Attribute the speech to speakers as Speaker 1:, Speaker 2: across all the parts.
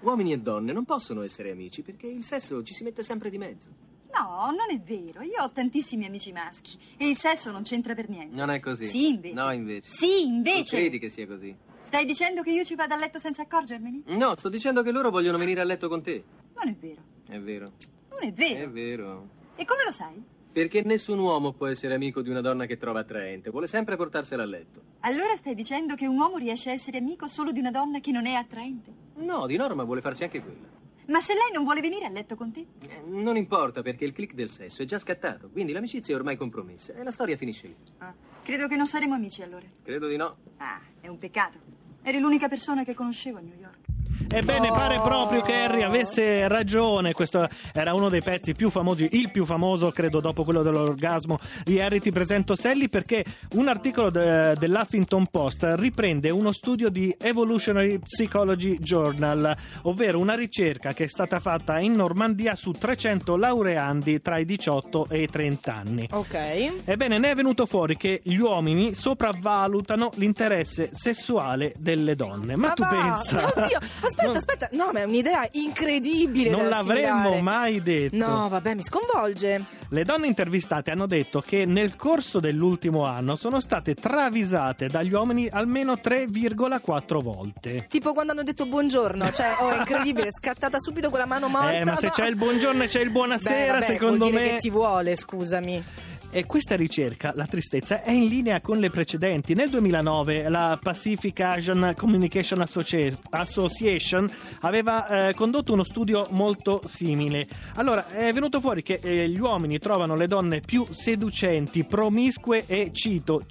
Speaker 1: Uomini e donne non possono essere amici perché il sesso ci si mette sempre di mezzo.
Speaker 2: No, non è vero. Io ho tantissimi amici maschi e il sesso non c'entra per niente.
Speaker 1: Non è così.
Speaker 2: Sì, invece.
Speaker 1: No, invece.
Speaker 2: Sì,
Speaker 1: Tu
Speaker 2: invece.
Speaker 1: credi che sia così?
Speaker 2: Stai dicendo che io ci vado a letto senza accorgermene?
Speaker 1: No, sto dicendo che loro vogliono venire a letto con te.
Speaker 2: Non è vero.
Speaker 1: È vero.
Speaker 2: Non è
Speaker 1: È
Speaker 2: vero.
Speaker 1: vero.
Speaker 2: E come lo sai?
Speaker 1: Perché nessun uomo può essere amico di una donna che trova attraente. Vuole sempre portarsela a letto.
Speaker 2: Allora stai dicendo che un uomo riesce a essere amico solo di una donna che non è attraente?
Speaker 1: No, di norma vuole farsi anche quella.
Speaker 2: Ma se lei non vuole venire a letto con te?
Speaker 1: Eh, Non importa perché il click del sesso è già scattato, quindi l'amicizia è ormai compromessa e la storia finisce lì.
Speaker 2: Ah, credo che non saremo amici allora.
Speaker 1: Credo di no.
Speaker 2: Ah, è un peccato. Eri l'unica persona che conoscevo a New York.
Speaker 3: Ebbene, pare proprio che Harry avesse ragione. Questo era uno dei pezzi più famosi, il più famoso, credo, dopo quello dell'orgasmo di Harry. Ti presento Sally perché un articolo de- dell'Huffington Post riprende uno studio di Evolutionary Psychology Journal, ovvero una ricerca che è stata fatta in Normandia su 300 laureandi tra i 18 e i 30 anni.
Speaker 4: Ok.
Speaker 3: Ebbene, ne è venuto fuori che gli uomini sopravvalutano l'interesse sessuale delle donne. Ma, tu
Speaker 4: va.
Speaker 3: pensa?
Speaker 4: Ah, Oddio, aspetta,
Speaker 3: Non-
Speaker 4: aspetta. No, ma è un'idea incredibile.
Speaker 3: Non
Speaker 4: da
Speaker 3: l'avremmo
Speaker 4: assimilare.
Speaker 3: mai detto.
Speaker 4: No, vabbè, mi sconvolge.
Speaker 3: Le donne intervistate hanno detto che nel corso dell'ultimo anno sono state travisate dagli uomini almeno 3,4 volte.
Speaker 4: Tipo quando hanno detto buongiorno, cioè, oh, è incredibile, è scattata subito quella mano morta.
Speaker 3: Eh, ma se c'è il buongiorno e c'è il buonasera,
Speaker 4: Beh, vabbè,
Speaker 3: secondo
Speaker 4: vuol dire
Speaker 3: me-
Speaker 4: che ti vuole, scusami. Cioè,
Speaker 3: E questa ricerca, la tristezza, è in linea con le precedenti. Nel 2009 la Pacific Asian Communication Associ- Association aveva eh, condotto uno studio molto simile. Allora, è venuto fuori che eh, gli uomini trovano le donne più seducenti, promiscue e, cito,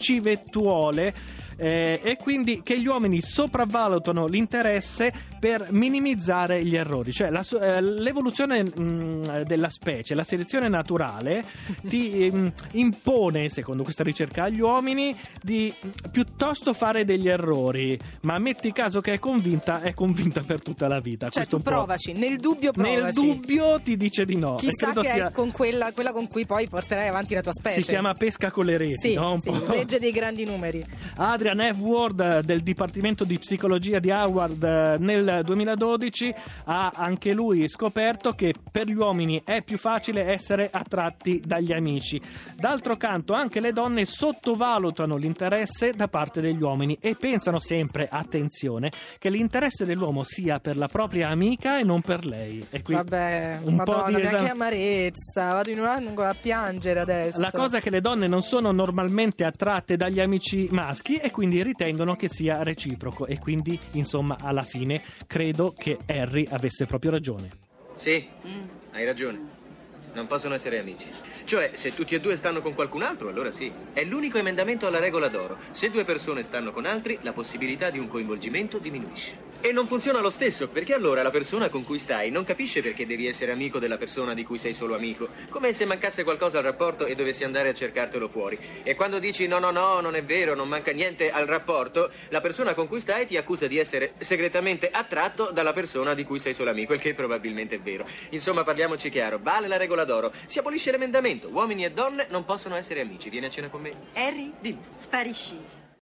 Speaker 3: civettuole. eh, e quindi che gli uomini sopravvalutano l'interesse per minimizzare gli errori, cioè la so- eh, l'evoluzione mh, della specie, la selezione naturale ti ehm, impone, secondo questa ricerca, agli uomini di mh, piuttosto fare degli errori, ma metti caso che è convinta, è convinta per tutta la vita.
Speaker 4: Cioè,
Speaker 3: Questo
Speaker 4: tu
Speaker 3: un po'-
Speaker 4: provaci, nel dubbio provaci.
Speaker 3: Nel dubbio ti dice di no. e
Speaker 4: Chissà
Speaker 3: credo
Speaker 4: che
Speaker 3: sia-
Speaker 4: è con quella, quella con cui poi porterai avanti la tua specie.
Speaker 3: si chiama pesca con le reti,
Speaker 4: Sì,
Speaker 3: no? Un
Speaker 4: sì,
Speaker 3: po'.
Speaker 4: legge dei grandi numeri.
Speaker 3: Adrian F. Ward eh, del Dipartimento di Psicologia di Harvard eh, nel 2012 ha anche lui scoperto che per gli uomini è più facile essere attratti dagli amici. D'altro canto anche le donne sottovalutano l'interesse da parte degli uomini e pensano sempre, attenzione, che l'interesse dell'uomo sia per la propria amica e non per lei. E qui
Speaker 4: Vabbè,
Speaker 3: un po'
Speaker 4: madonna,
Speaker 3: di
Speaker 4: che
Speaker 3: esam-
Speaker 4: amarezza. Vado in un angolo a piangere adesso.
Speaker 3: La cosa è che le donne non sono normalmente attratte dagli amici maschi e quindi ritengono che sia reciproco e quindi insomma alla fine credo che Harry avesse proprio ragione.
Speaker 1: Sì, hai ragione. Non possono essere amici. Cioè, se tutti e due stanno con qualcun altro, allora sì. È l'unico emendamento alla regola d'oro. Se due persone stanno con altri, la possibilità di un coinvolgimento diminuisce. E non funziona lo stesso, perché allora la persona con cui stai non capisce perché devi essere amico della persona di cui sei solo amico. Come se mancasse qualcosa al rapporto e dovessi andare a cercartelo fuori. E quando dici no, no, no, non è vero, non manca niente al rapporto, la persona con cui stai ti accusa di essere segretamente attratto dalla persona di cui sei solo amico, il che probabilmente è vero. Insomma, parliamoci chiaro, vale la regola d'oro. Si abolisce l'emendamento, uomini e donne non possono essere amici. Vieni a cena con me.
Speaker 2: Harry,
Speaker 1: Dimmi.
Speaker 2: sparisci.